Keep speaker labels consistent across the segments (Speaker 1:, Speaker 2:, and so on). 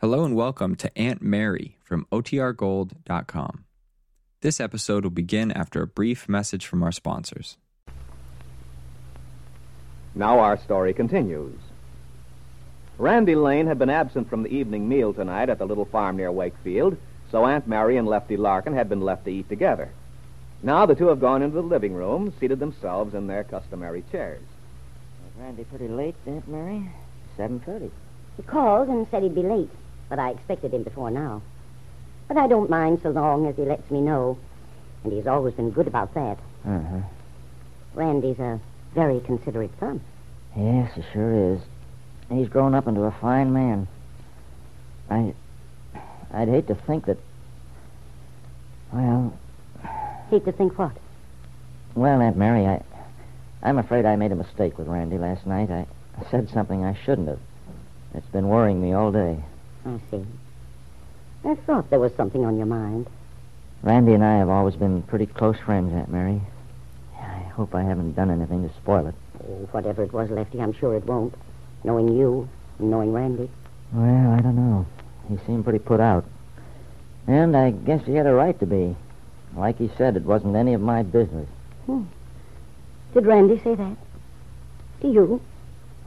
Speaker 1: Hello and welcome to Aunt Mary from OTRGold.com. This episode will begin after a brief message from our sponsors.
Speaker 2: Now our story continues. Randy Lane had been absent from the evening meal tonight at the little farm near Wakefield, so Aunt Mary and Lefty Larkin had been left to eat together. Now the two have gone into the living room, seated themselves in their customary chairs.
Speaker 3: Randy, pretty late, Aunt Mary. Seven thirty.
Speaker 4: He called and said he'd be late, but I expected him before now. But I don't mind so long as he lets me know, and he's always been good about that.
Speaker 3: Uh huh.
Speaker 4: Randy's a very considerate son.
Speaker 3: Yes, he sure is. He's grown up into a fine man. I, I'd hate to think that. Well,
Speaker 4: Hate to think what?
Speaker 3: well, Aunt Mary, I, I'm afraid I made a mistake with Randy last night. I said something I shouldn't have. It's been worrying me all day.
Speaker 4: I see. I thought there was something on your mind.
Speaker 3: Randy and I have always been pretty close friends, Aunt Mary. I hope I haven't done anything to spoil it.
Speaker 4: Oh, whatever it was, Lefty, I'm sure it won't. Knowing you and knowing Randy.
Speaker 3: Well, I don't know. He seemed pretty put out. And I guess he had a right to be. Like he said, it wasn't any of my business.
Speaker 4: Did Randy say that? To you?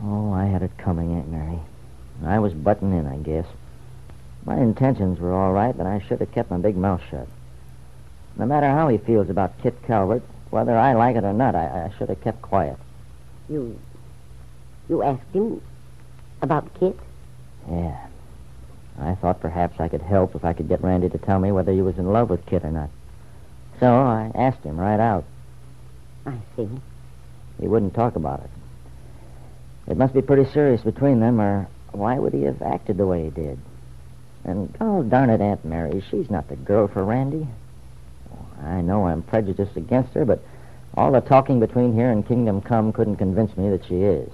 Speaker 3: Oh, I had it coming, Aunt Mary. I was butting in, I guess. My intentions were all right, but I should have kept my big mouth shut. No matter how he feels about Kit Calvert, whether I like it or not, I, I should have kept quiet.
Speaker 4: You. You asked him about Kit?
Speaker 3: Yeah. I thought perhaps I could help if I could get Randy to tell me whether he was in love with Kit or not. So I asked him right out.
Speaker 4: I see.
Speaker 3: He wouldn't talk about it. It must be pretty serious between them, or why would he have acted the way he did? And oh, darn it, Aunt Mary, she's not the girl for Randy. Oh, I know I'm prejudiced against her, but all the talking between here and Kingdom Come couldn't convince me that she is.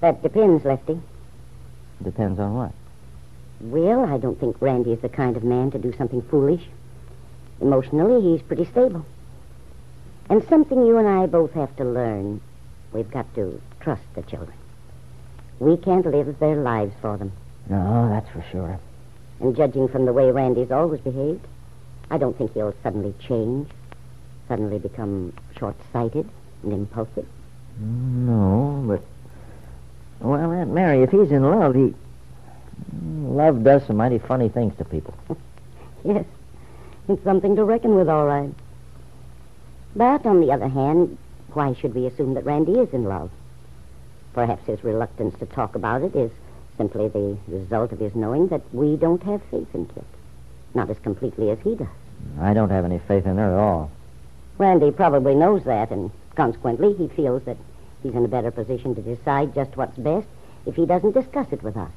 Speaker 4: That depends, Lefty.
Speaker 3: Depends on what.
Speaker 4: Well, I don't think Randy is the kind of man to do something foolish. Emotionally, he's pretty stable. And something you and I both have to learn we've got to trust the children. We can't live their lives for them.
Speaker 3: No, that's for sure.
Speaker 4: And judging from the way Randy's always behaved, I don't think he'll suddenly change, suddenly become short sighted and impulsive.
Speaker 3: No, but. Well, Aunt Mary, if he's in love, he. Love does some mighty funny things to people.
Speaker 4: Yes, it's something to reckon with, all right. But on the other hand, why should we assume that Randy is in love? Perhaps his reluctance to talk about it is simply the result of his knowing that we don't have faith in Kit. Not as completely as he does.
Speaker 3: I don't have any faith in her at all.
Speaker 4: Randy probably knows that, and consequently, he feels that he's in a better position to decide just what's best if he doesn't discuss it with us.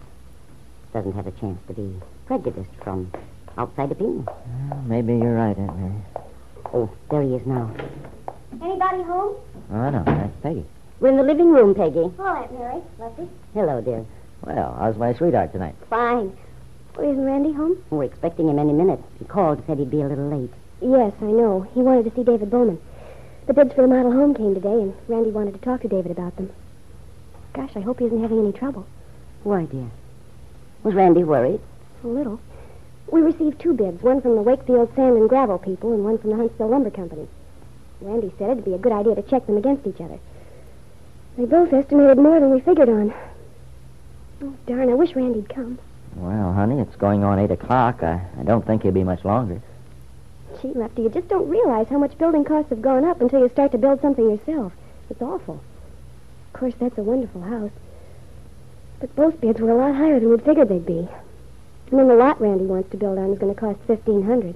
Speaker 4: Doesn't have a chance to be prejudiced from outside opinion.
Speaker 3: Maybe you're right, Aunt Mary.
Speaker 4: Oh, there he is now.
Speaker 5: Anybody home?
Speaker 3: I don't know. That's Peggy.
Speaker 4: We're in the living room, Peggy.
Speaker 5: Hello, Aunt Mary. Lefty.
Speaker 4: Hello, dear.
Speaker 3: Well, how's my sweetheart tonight?
Speaker 5: Fine. Oh, isn't Randy home?
Speaker 4: We're expecting him any minute. He called, said he'd be a little late.
Speaker 5: Yes, I know. He wanted to see David Bowman. The bids for the model home came today, and Randy wanted to talk to David about them. Gosh, I hope he isn't having any trouble.
Speaker 4: Why, dear? Was Randy worried?
Speaker 5: A little. We received two bids, one from the Wakefield Sand and Gravel people and one from the Huntsville Lumber Company. Randy said it'd be a good idea to check them against each other. They both estimated more than we figured on. Oh, darn, I wish Randy'd come.
Speaker 3: Well, honey, it's going on 8 o'clock. I, I don't think he'll be much longer.
Speaker 5: Gee, Lefty, you just don't realize how much building costs have gone up until you start to build something yourself. It's awful. Of course, that's a wonderful house. But both bids were a lot higher than we'd figured they'd be. And then the lot Randy wants to build on is going to cost fifteen hundred.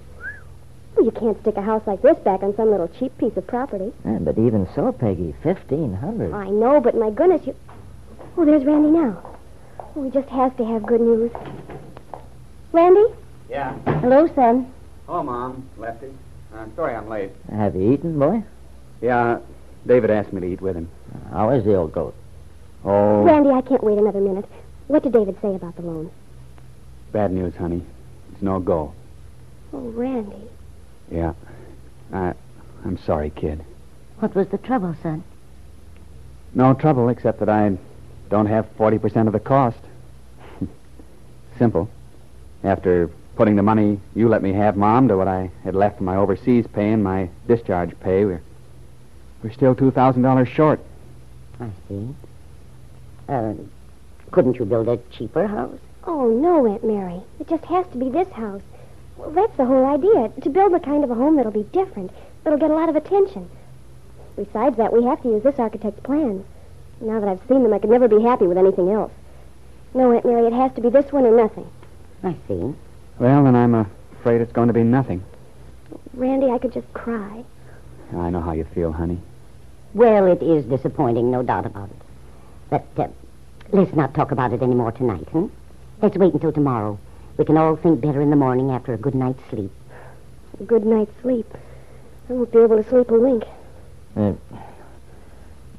Speaker 5: Well, you can't stick a house like this back on some little cheap piece of property.
Speaker 3: Yeah, Eh, but even so, Peggy, 1500
Speaker 5: I know, but my goodness, you. Oh, there's Randy now. Oh, he just has to have good news. Randy?
Speaker 6: Yeah.
Speaker 4: Hello, son.
Speaker 6: Hello, Mom. Lefty. I'm sorry I'm late.
Speaker 3: Have you eaten, boy?
Speaker 6: Yeah, David asked me to eat with him.
Speaker 3: How is the old goat? Oh,
Speaker 5: Randy, I can't wait another minute. What did David say about the loan?
Speaker 6: Bad news, honey. It's no go.
Speaker 5: Oh, Randy.
Speaker 6: Yeah. I, I'm sorry, kid.
Speaker 4: What was the trouble, son?
Speaker 6: No trouble, except that I don't have 40% of the cost. Simple. After putting the money you let me have, Mom, to what I had left from my overseas pay and my discharge pay, we're, we're still $2,000 short.
Speaker 4: I see. Uh, couldn't you build a cheaper house?
Speaker 5: Oh, no, Aunt Mary. It just has to be this house. Well, that's the whole idea, to build the kind of a home that'll be different, that'll get a lot of attention. Besides that, we have to use this architect's plans. Now that I've seen them, I could never be happy with anything else. No, Aunt Mary, it has to be this one or nothing.
Speaker 4: I see.
Speaker 6: Well, then I'm afraid it's going to be nothing.
Speaker 5: Randy, I could just cry.
Speaker 6: I know how you feel, honey.
Speaker 4: Well, it is disappointing, no doubt about it. But uh, let's not talk about it any more tonight, hmm? Let's wait until tomorrow. We can all think better in the morning after a good night's sleep.
Speaker 5: A good night's sleep. I won't be able to sleep a wink.
Speaker 3: Uh,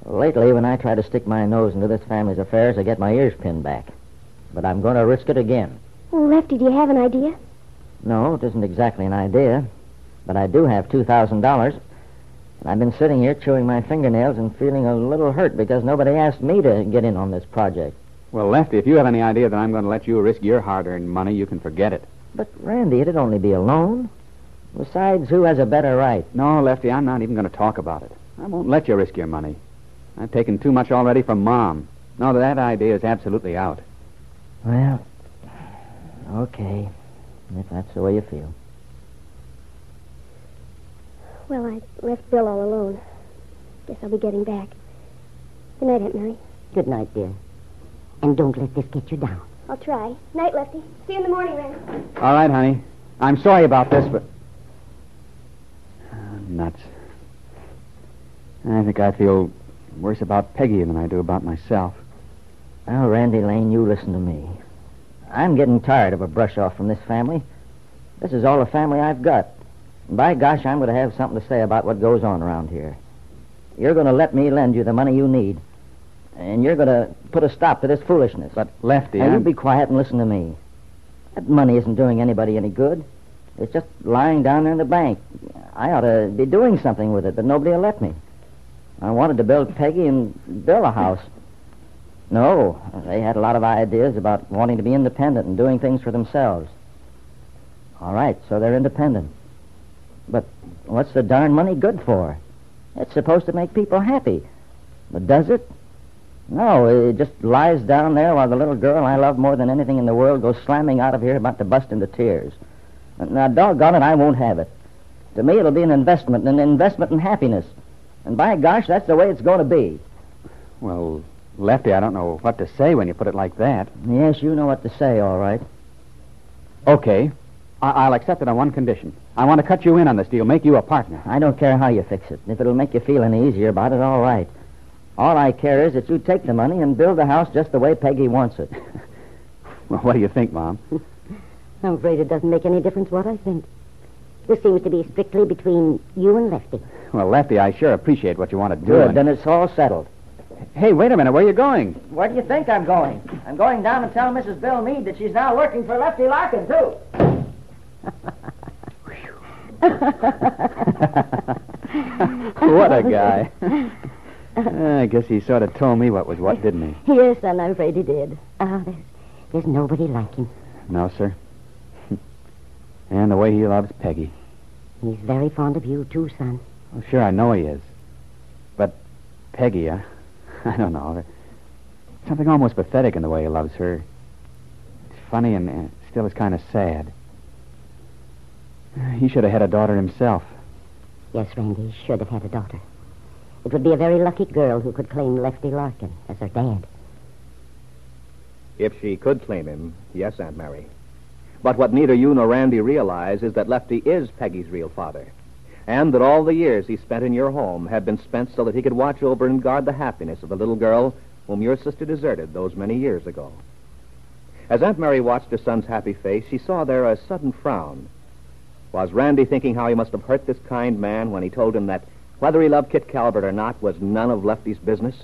Speaker 3: lately, when I try to stick my nose into this family's affairs, I get my ears pinned back. But I'm going to risk it again.
Speaker 5: Well, Lefty, do you have an idea?
Speaker 3: No, it isn't exactly an idea, but I do have $2,000. And I've been sitting here chewing my fingernails and feeling a little hurt because nobody asked me to get in on this project.
Speaker 6: Well, Lefty, if you have any idea that I'm going to let you risk your hard earned money, you can forget it.
Speaker 3: But, Randy, it'd only be a loan. Besides, who has a better right?
Speaker 6: No, Lefty, I'm not even going to talk about it. I won't let you risk your money. I've taken too much already from Mom. No, that idea is absolutely out.
Speaker 3: Well, okay. If that's the way you feel.
Speaker 5: Well, I left Bill all alone. Guess I'll be getting back. Good night, Aunt Mary.
Speaker 4: Good night, dear. And don't let this get you down.
Speaker 5: I'll try. Night, Lefty. See you in the morning, Randy.
Speaker 6: All right, honey. I'm sorry about this, but. Ah, nuts. I think I feel worse about Peggy than I do about myself.
Speaker 3: Now, Randy Lane, you listen to me. I'm getting tired of a brush off from this family. This is all the family I've got. And by gosh, I'm going to have something to say about what goes on around here. You're going to let me lend you the money you need. And you're going to put a stop to this foolishness.
Speaker 6: But, Lefty,
Speaker 3: Now, you
Speaker 6: I'm...
Speaker 3: be quiet and listen to me. That money isn't doing anybody any good. It's just lying down there in the bank. I ought to be doing something with it, but nobody will let me. I wanted to build Peggy and Bill a house. No, they had a lot of ideas about wanting to be independent and doing things for themselves. All right, so they're independent. But what's the darn money good for? It's supposed to make people happy. But does it? No, it just lies down there while the little girl I love more than anything in the world goes slamming out of here about to bust into tears. Now, doggone it, I won't have it. To me, it'll be an investment, an investment in happiness. And by gosh, that's the way it's going to be.
Speaker 6: Well, Lefty, I don't know what to say when you put it like that.
Speaker 3: Yes, you know what to say, all right.
Speaker 6: Okay. I- I'll accept it on one condition. I want to cut you in on this deal, make you a partner.
Speaker 3: I don't care how you fix it. If it'll make you feel any easier about it, all right. All I care is that you take the money and build the house just the way Peggy wants it.
Speaker 6: Well, what do you think, Mom?
Speaker 4: I'm afraid it Oh, doesn't make any difference what I think. This seems to be strictly between you and Lefty.
Speaker 6: Well, Lefty, I sure appreciate what you want to do.
Speaker 3: Good,
Speaker 6: and-
Speaker 3: then it's all settled.
Speaker 6: Hey, wait a minute. Where are you going?
Speaker 3: Where do you think I'm going? I'm going down to tell Mrs. Bill Meade that she's now working for Lefty Larkin, too.
Speaker 6: what a guy. I guess he sort of told me what was what, didn't he?
Speaker 4: Yes, and I'm afraid he did. Ah, there's, there's nobody like him.
Speaker 6: No, sir. and the way he loves Peggy.
Speaker 4: He's very fond of you, too, son.
Speaker 6: Well, sure, I know he is. But Peggy, I, I don't know. There's something almost pathetic in the way he loves her. It's funny and uh, still is kind of sad. He should have had a daughter himself.
Speaker 4: Yes, Randy should have had a daughter. It would be a very lucky girl who could claim Lefty Larkin as her dad.
Speaker 2: If she could claim him, yes, Aunt Mary. But what neither you nor Randy realize is that Lefty is Peggy's real father, and that all the years he spent in your home have been spent so that he could watch over and guard the happiness of the little girl whom your sister deserted those many years ago. As Aunt Mary watched her son's happy face, she saw there a sudden frown. Was Randy thinking how he must have hurt this kind man when he told him that whether he loved Kit Calvert or not was none of Lefty's business?